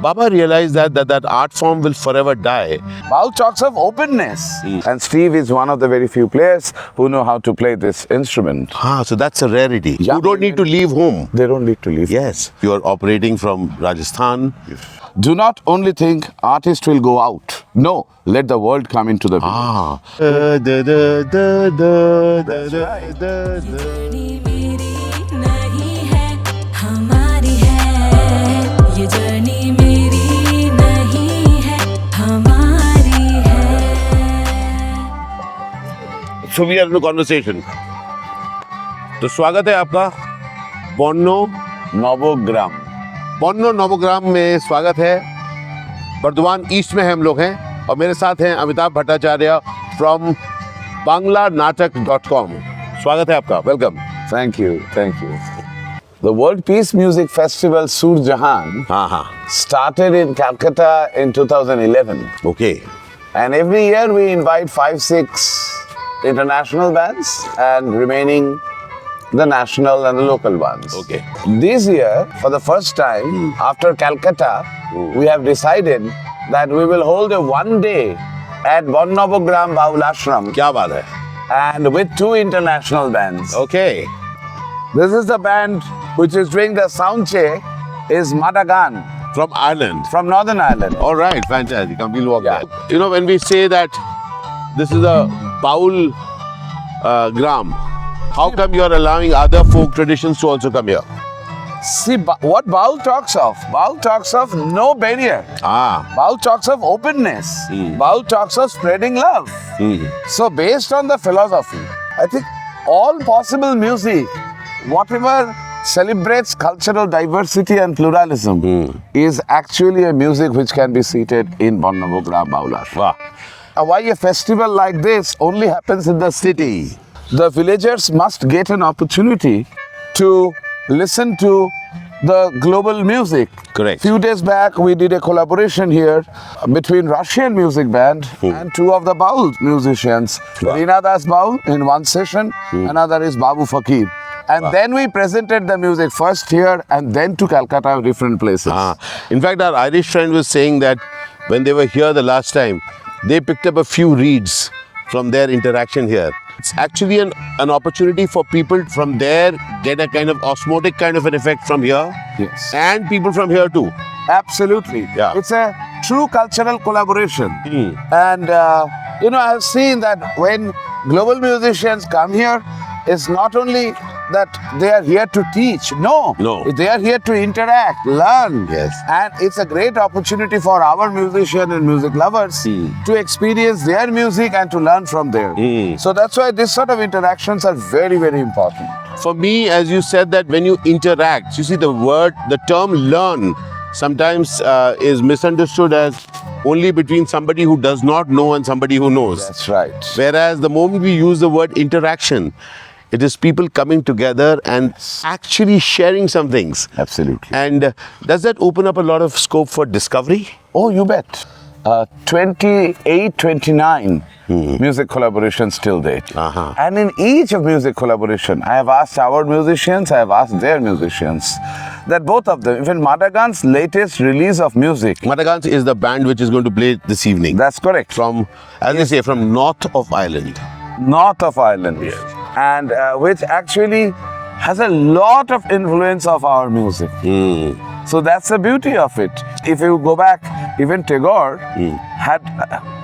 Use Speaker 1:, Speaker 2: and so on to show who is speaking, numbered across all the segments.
Speaker 1: Baba realized that that, that art form will forever die.
Speaker 2: Bao talks of openness. And Steve is one of the very few players who know how to play this instrument.
Speaker 1: Ah, so that's a rarity.
Speaker 2: Yeah.
Speaker 1: You don't need to leave home.
Speaker 2: They don't need to leave.
Speaker 1: Yes, you are operating from Rajasthan.
Speaker 2: Do not only think artists will go out. No, let the world come into the
Speaker 1: Ah.
Speaker 3: Journey मेरी नहीं है हमारी है ये journey मेरी नहीं है हमारी है
Speaker 1: So we are in a conversation. तो स्वागत है आपका बोन्नो
Speaker 2: Novogram.
Speaker 1: बोन्नो नवग्राम में स्वागत है बर्दवान ईस्ट में हम लोग हैं और मेरे साथ हैं Amitabh Bhattacharya from Bangla Natak dot com स्वागत है आपका welcome
Speaker 2: Thank you, thank you. The World Peace Music Festival Sur Jahan
Speaker 1: हाँ हाँ
Speaker 2: started in Calcutta in 2011.
Speaker 1: Okay
Speaker 2: And every year we invite five, six international bands and remaining the national and the local ones.
Speaker 1: Okay.
Speaker 2: This year, for the first time, after Calcutta, we have decided that we will hold a one day at Bonnabogram Bahul Ashram
Speaker 1: क्या बात है
Speaker 2: and with two international bands.
Speaker 1: Okay
Speaker 2: This is the band which is doing the sound check is Madagan
Speaker 1: from Ireland
Speaker 2: from Northern Ireland.
Speaker 1: All right, fantastic. And we'll walk
Speaker 2: Yeah.
Speaker 1: that. You know, when we say that this is a Baul uh, gram, how come you're allowing other folk traditions to also come here?
Speaker 2: See, Ba- what Baul talks of? Baul talks of no barrier.
Speaker 1: Ah,
Speaker 2: Baul talks of openness.
Speaker 1: Mm.
Speaker 2: Baul talks of spreading love.
Speaker 1: hmm,
Speaker 2: So, based on the philosophy, I think all possible music, whatever celebrates cultural diversity and pluralism, is actually a music which can be seated in Bonnabogra Baulash.
Speaker 1: wow.
Speaker 2: Why a festival like this only happens in the city? The villagers must get an opportunity to listen to the global music.
Speaker 1: Correct.
Speaker 2: Few days back, we did a collaboration here between Russian music band and two of the Baul musicians.
Speaker 1: Wow.
Speaker 2: Rina Das Baul in one session, another is Babu Fakir. And then we presented the music first here and then to Calcutta, different places.
Speaker 1: Ah. In fact, our Irish friend was saying that when they were here the last time, they picked up a few reeds from their interaction here. It's actually an, an opportunity for people from there get a kind of osmotic kind of an effect from here,
Speaker 2: Yes.
Speaker 1: and people from here too.
Speaker 2: Absolutely.
Speaker 1: Yeah.
Speaker 2: It's a true cultural collaboration.
Speaker 1: Mm.
Speaker 2: And, uh, you know, I've seen that when global musicians come here, it's not only that they are here to teach, no,
Speaker 1: No.
Speaker 2: they are here to interact, learn.
Speaker 1: Yes.
Speaker 2: And it's a great opportunity for our musician and music lovers
Speaker 1: Mm.
Speaker 2: to experience their music and to learn from there.
Speaker 1: Mm.
Speaker 2: So that's why these sort of interactions are very, very important.
Speaker 1: For me, as you said that when you interact, you see the word, the term learn sometimes uh, is misunderstood as only between somebody who does not know and somebody who knows.
Speaker 2: That's right.
Speaker 1: Whereas the moment we use the word interaction, it is people coming together and actually sharing some things.
Speaker 2: Absolutely.
Speaker 1: And uh, does that open up a lot of scope for discovery?
Speaker 2: Oh, you bet. Uh, 28, 29 music collaborations till date.
Speaker 1: Uh-huh.
Speaker 2: And in each of music collaboration, I have asked our musicians, I have asked their musicians, that both of them, even Madagan's latest release of music,
Speaker 1: Matagans is the band which is going to play this evening.
Speaker 2: that's correct,
Speaker 1: from, as they say, from north of Ireland.
Speaker 2: north of Ireland, and uh, which actually has a lot of influence of our music.
Speaker 1: Hmm.
Speaker 2: So that's the beauty of it. If you go back, even Tagore had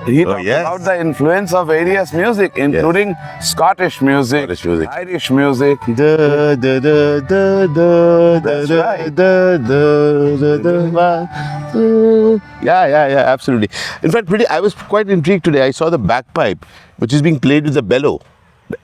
Speaker 2: he
Speaker 1: Hmm. Oh,
Speaker 2: talked
Speaker 1: yes.
Speaker 2: about the influence of various music, including Scottish music,
Speaker 1: Scottish music.
Speaker 2: Irish music.
Speaker 1: Da, da, da, da, da,
Speaker 2: That's
Speaker 1: da,
Speaker 2: right.
Speaker 1: da, da, da, da, da, da. Yeah, yeah, yeah, absolutely. In fact, pretty, I was quite intrigued today. I saw the bagpipe, which is being played with the bellow.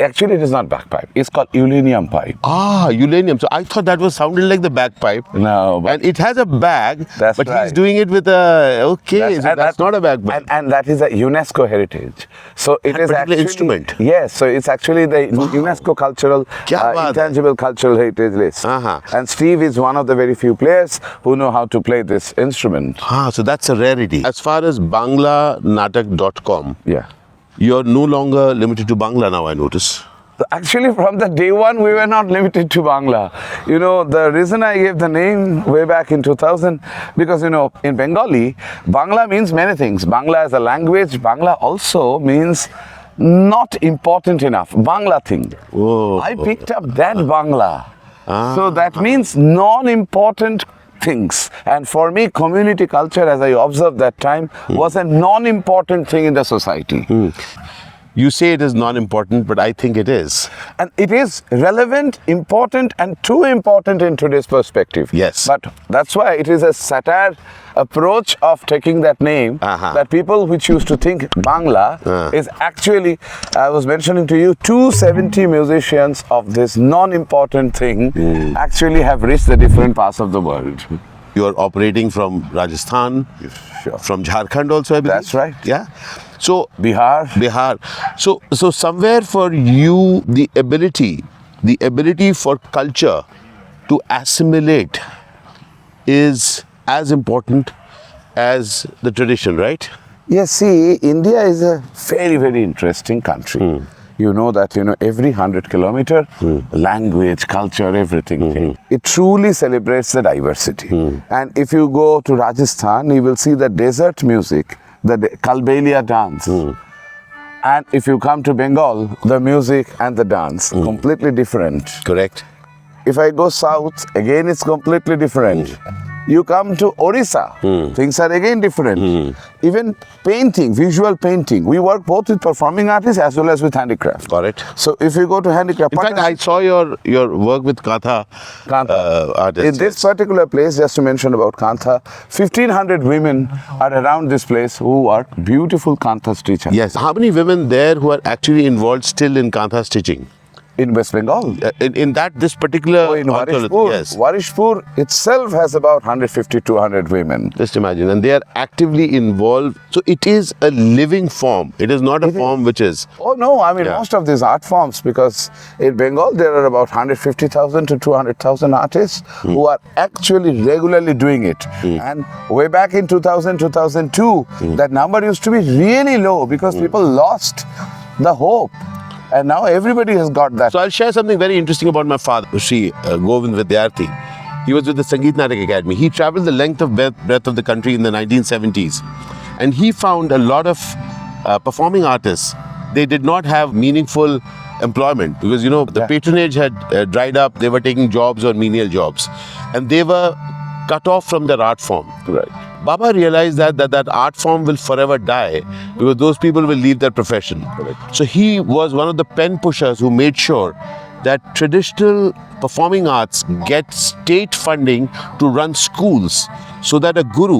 Speaker 2: Actually, it is not bagpipe. It's called Ulinium pipe.
Speaker 1: Ah, Ulanium. So I thought that was sounded like the bagpipe.
Speaker 2: No, but
Speaker 1: And it has a bag,
Speaker 2: That's
Speaker 1: but he's
Speaker 2: right.
Speaker 1: doing it with a. Okay, that's, so
Speaker 2: and
Speaker 1: that's
Speaker 2: that-
Speaker 1: not a bagpipe.
Speaker 2: And, and that is a UNESCO heritage. So it
Speaker 1: That
Speaker 2: is
Speaker 1: particular
Speaker 2: actually
Speaker 1: instrument?
Speaker 2: Yes. So it's actually the UNESCO cultural uh,
Speaker 1: Kya baat hai.
Speaker 2: intangible cultural heritage list.
Speaker 1: Uh-huh.
Speaker 2: And Steve is one of the very few players who know how to play this instrument.
Speaker 1: Ah, so that's a rarity. As far as banglanatak.com,
Speaker 2: Yeah.
Speaker 1: you're no longer limited to Bangla now, I notice.
Speaker 2: Actually, from the day one, we were not limited to Bangla. You know, the reason I gave the name way back in 2000, because you know, in Bengali, Bangla means many things. Bangla as a language, Bangla also means not important enough. Bangla thing.
Speaker 1: Oh.
Speaker 2: I picked up that Bangla. So that means non important things. And for me, community culture, as I observed that time, was a non important thing in the society.
Speaker 1: You say it is non important, but I think it is.
Speaker 2: And it is relevant, important, and too important in today's perspective.
Speaker 1: Yes.
Speaker 2: But that's why it is a satire approach of taking that name
Speaker 1: Uh-huh.
Speaker 2: that people which used to think Bangla
Speaker 1: Uh.
Speaker 2: is actually, I was mentioning to you, 270 musicians of this non important thing
Speaker 1: Hmm.
Speaker 2: actually have reached the different parts of the world.
Speaker 1: You are operating from Rajasthan,
Speaker 2: Sure.
Speaker 1: from Jharkhand also, I believe.
Speaker 2: That's right.
Speaker 1: Yeah. So
Speaker 2: Bihar.
Speaker 1: Bihar. So, so somewhere for you, the ability, the ability for culture to assimilate is as important as the tradition, right?
Speaker 2: Yes, see, India is a very, very interesting country. You know that, you know, every 100 kilometer, language, culture, everything. It truly celebrates the diversity. And if you go to Rajasthan, you will see the desert music, the de- Kalbelia dance. And if you come to Bengal, the music and the dance, completely different.
Speaker 1: Correct.
Speaker 2: If I go south, again it's completely different. You come to Orissa,
Speaker 1: Hmm.
Speaker 2: things are again different. Even painting, visual painting, we work both with performing artists as well as with handicraft.
Speaker 1: Got it.
Speaker 2: So if you go to handicraft,
Speaker 1: In fact, I saw your your work with Katha,
Speaker 2: Kantha.
Speaker 1: uh, artist.
Speaker 2: in this
Speaker 1: yes.
Speaker 2: particular place, just to mention about Kantha, 1500 women are around this place who are beautiful Kantha stitchers
Speaker 1: Yes. How many women there who are actually involved still in Kantha stitching?
Speaker 2: in West Bengal.
Speaker 1: Uh, In, in that this particular
Speaker 2: So Oh, in
Speaker 1: anthology-
Speaker 2: Warishpur,
Speaker 1: yes.
Speaker 2: Warishpur itself has about 150 200 women.
Speaker 1: Just imagine, and they are actively involved. So it is a living form. It is not a form which is
Speaker 2: Oh no, I mean
Speaker 1: Yeah.
Speaker 2: most of these art forms because in Bengal there are about 150,000 to 200,000 artists who are actually regularly doing it. And way back in 2000 2002 that number used to be really low because people lost the hope. And now everybody has got that.
Speaker 1: So I'll share something very interesting about my father, Sri uh, Govind Vidyarthi. He was with the Sangeet Natak Academy. He traveled the length of breadth, breadth of the country in the 1970s. And he found a lot of uh, performing artists, they did not have meaningful employment because, you know, the
Speaker 2: Yeah.
Speaker 1: patronage had uh, dried up. They were taking jobs or menial jobs. And they were cut off from their art form.
Speaker 2: right.
Speaker 1: Baba realized that, that that art form will forever die because those people will leave their profession. So he was one of the pen pushers who made sure that traditional performing arts get state funding to run schools so that a guru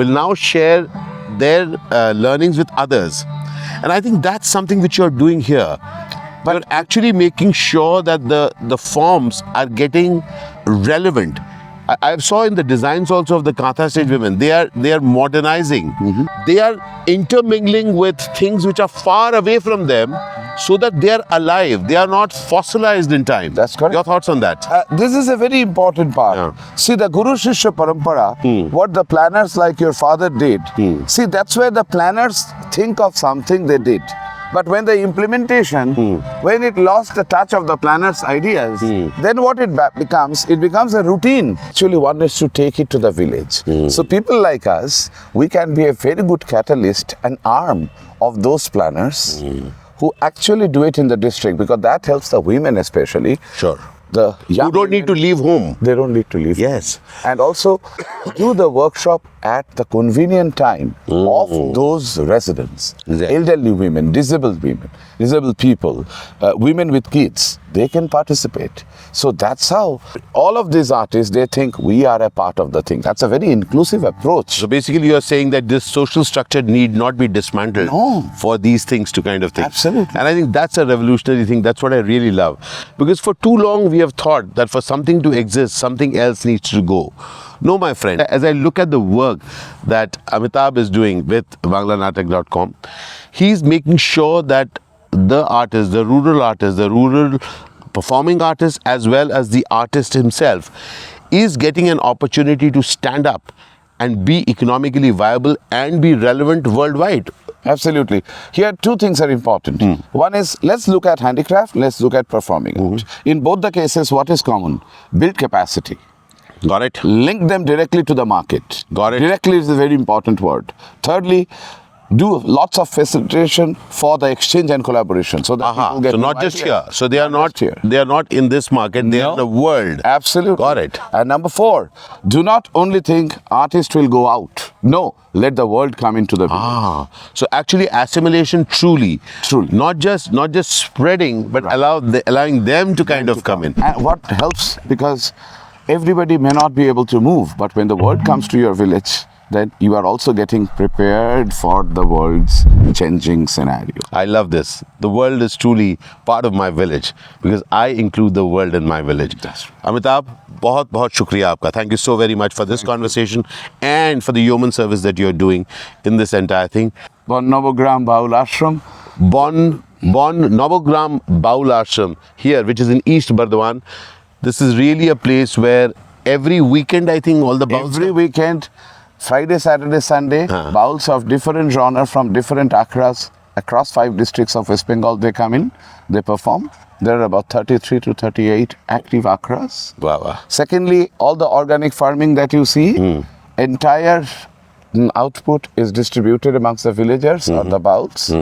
Speaker 1: will now share their uh, learnings with others. And I think that's something which you're doing here. But you're actually making sure that the, the forms are getting relevant. I, I saw in the designs also of the Katha
Speaker 2: Mm-hmm.
Speaker 1: stage women, they are they are modernizing. They are intermingling with things which are far away from them, so that they are alive. They are not fossilized in time.
Speaker 2: That's correct.
Speaker 1: Your thoughts on that?
Speaker 2: Uh, this is a very important part.
Speaker 1: Yeah.
Speaker 2: See, the Guru Shishya Parampara, what the planners like your father did, see, that's where the planners think of something they did. But when the implementation, when it lost the touch of the planner's ideas, then what it ba- becomes, it becomes a routine. Actually, one is to take it to the village. So, people like us, we can be a very good catalyst and arm of those planners who actually do it in the district because that helps the women, especially.
Speaker 1: Sure.
Speaker 2: The young
Speaker 1: You don't need to leave home.
Speaker 2: they don't need to leave.
Speaker 1: Yes.
Speaker 2: And also do the workshop at the convenient time
Speaker 1: Mm.
Speaker 2: of those residents.
Speaker 1: Exactly.
Speaker 2: Elderly women, disabled women, disabled people, uh, women with kids, they can participate. So that's how all of these artists, they think we are a part of the thing. That's a very inclusive approach.
Speaker 1: So basically, you are saying that this social structure need not be dismantled
Speaker 2: No.
Speaker 1: for these things to kind of thing.
Speaker 2: Absolutely.
Speaker 1: And I think that's a revolutionary thing. That's what I really love, because for too long we have thought that for something to exist, something else needs to go. No, my friend. As I look at the work that Amitabh is doing with Banglanatak.com, he's making sure that the artists, the rural artists, the rural performing artists, as well as the artist himself, is getting an opportunity to stand up and be economically viable and be relevant worldwide.
Speaker 2: Absolutely. Here, two things are important.
Speaker 1: Hmm.
Speaker 2: One is let's look at handicraft, let's look at performing. art. In both the cases, what is common? Build capacity.
Speaker 1: Got it?
Speaker 2: Link them directly to the market.
Speaker 1: Got it.
Speaker 2: Directly is a very important word. Thirdly, do lots of facilitation for the exchange and collaboration. So that people
Speaker 1: Aha.
Speaker 2: get
Speaker 1: So
Speaker 2: new
Speaker 1: not just
Speaker 2: ideas.
Speaker 1: here. So they are not
Speaker 2: here.
Speaker 1: They are not in this market. They are in
Speaker 2: No.
Speaker 1: the world.
Speaker 2: Absolutely.
Speaker 1: Got it.
Speaker 2: And number four, do not only think artists will go out. No, let the world come into the
Speaker 1: Ah, so actually assimilation truly,
Speaker 2: Truly.
Speaker 1: not just not just spreading, but allow the, allowing them to kind of come in.
Speaker 2: And what helps because everybody may not be able to move, but when the world comes to your village, then you are also getting prepared for the world's changing scenario.
Speaker 1: I love this. The world is truly part of my village because I include the world in my village.
Speaker 2: That's
Speaker 1: Amitabh, बहुत बहुत शुक्रिया आपका. Thank you so very much for this conversation and for the human service that you're doing in this entire thing.
Speaker 2: Bon Novogram Baul Ashram,
Speaker 1: Bon Bon Novogram Baul Ashram here, which is in East Bardwan. This is really a place where every weekend I think all the Bauls
Speaker 2: every weekend, Friday, Saturday, Sunday,
Speaker 1: Huh.
Speaker 2: bowls of different genre from different akras across five districts of West Bengal, they come in, they perform. There are about 33 to 38 active akras.
Speaker 1: Wow, wow.
Speaker 2: Secondly, all the organic farming that you see, entire mm, output is distributed amongst the villagers or the bouts.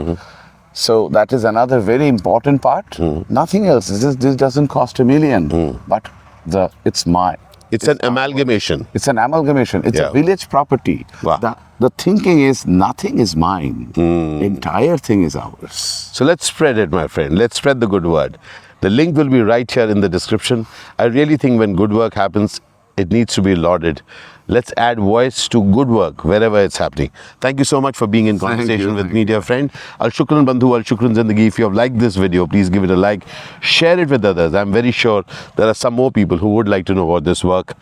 Speaker 2: So that is another very important part. Nothing else. This, is, this doesn't cost a million, but the it's my.
Speaker 1: It's an amalgamation.
Speaker 2: It's an amalgamation. It's
Speaker 1: Yeah.
Speaker 2: a village property.
Speaker 1: Wow. Hmm.
Speaker 2: The, the thinking is nothing is mine. Entire thing is ours.
Speaker 1: So let's spread it, my friend. Let's spread the good word. The link will be right here in the description. I really think when good work happens, it needs to be lauded. Let's add voice to good work wherever it's happening. Thank you so much for being in conversation
Speaker 2: you,
Speaker 1: with
Speaker 2: thank
Speaker 1: me, dear friend. Al Shukran Bandhu, Al Shukran Zindagi. If you have liked this video, please give it a like. Share it with others. I'm very sure there are some more people who would like to know about this work.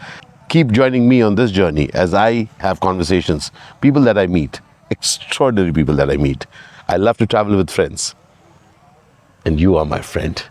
Speaker 1: Keep joining me on this journey as I have conversations. People that I meet, extraordinary people that I meet. I love to travel with friends and you are my friend.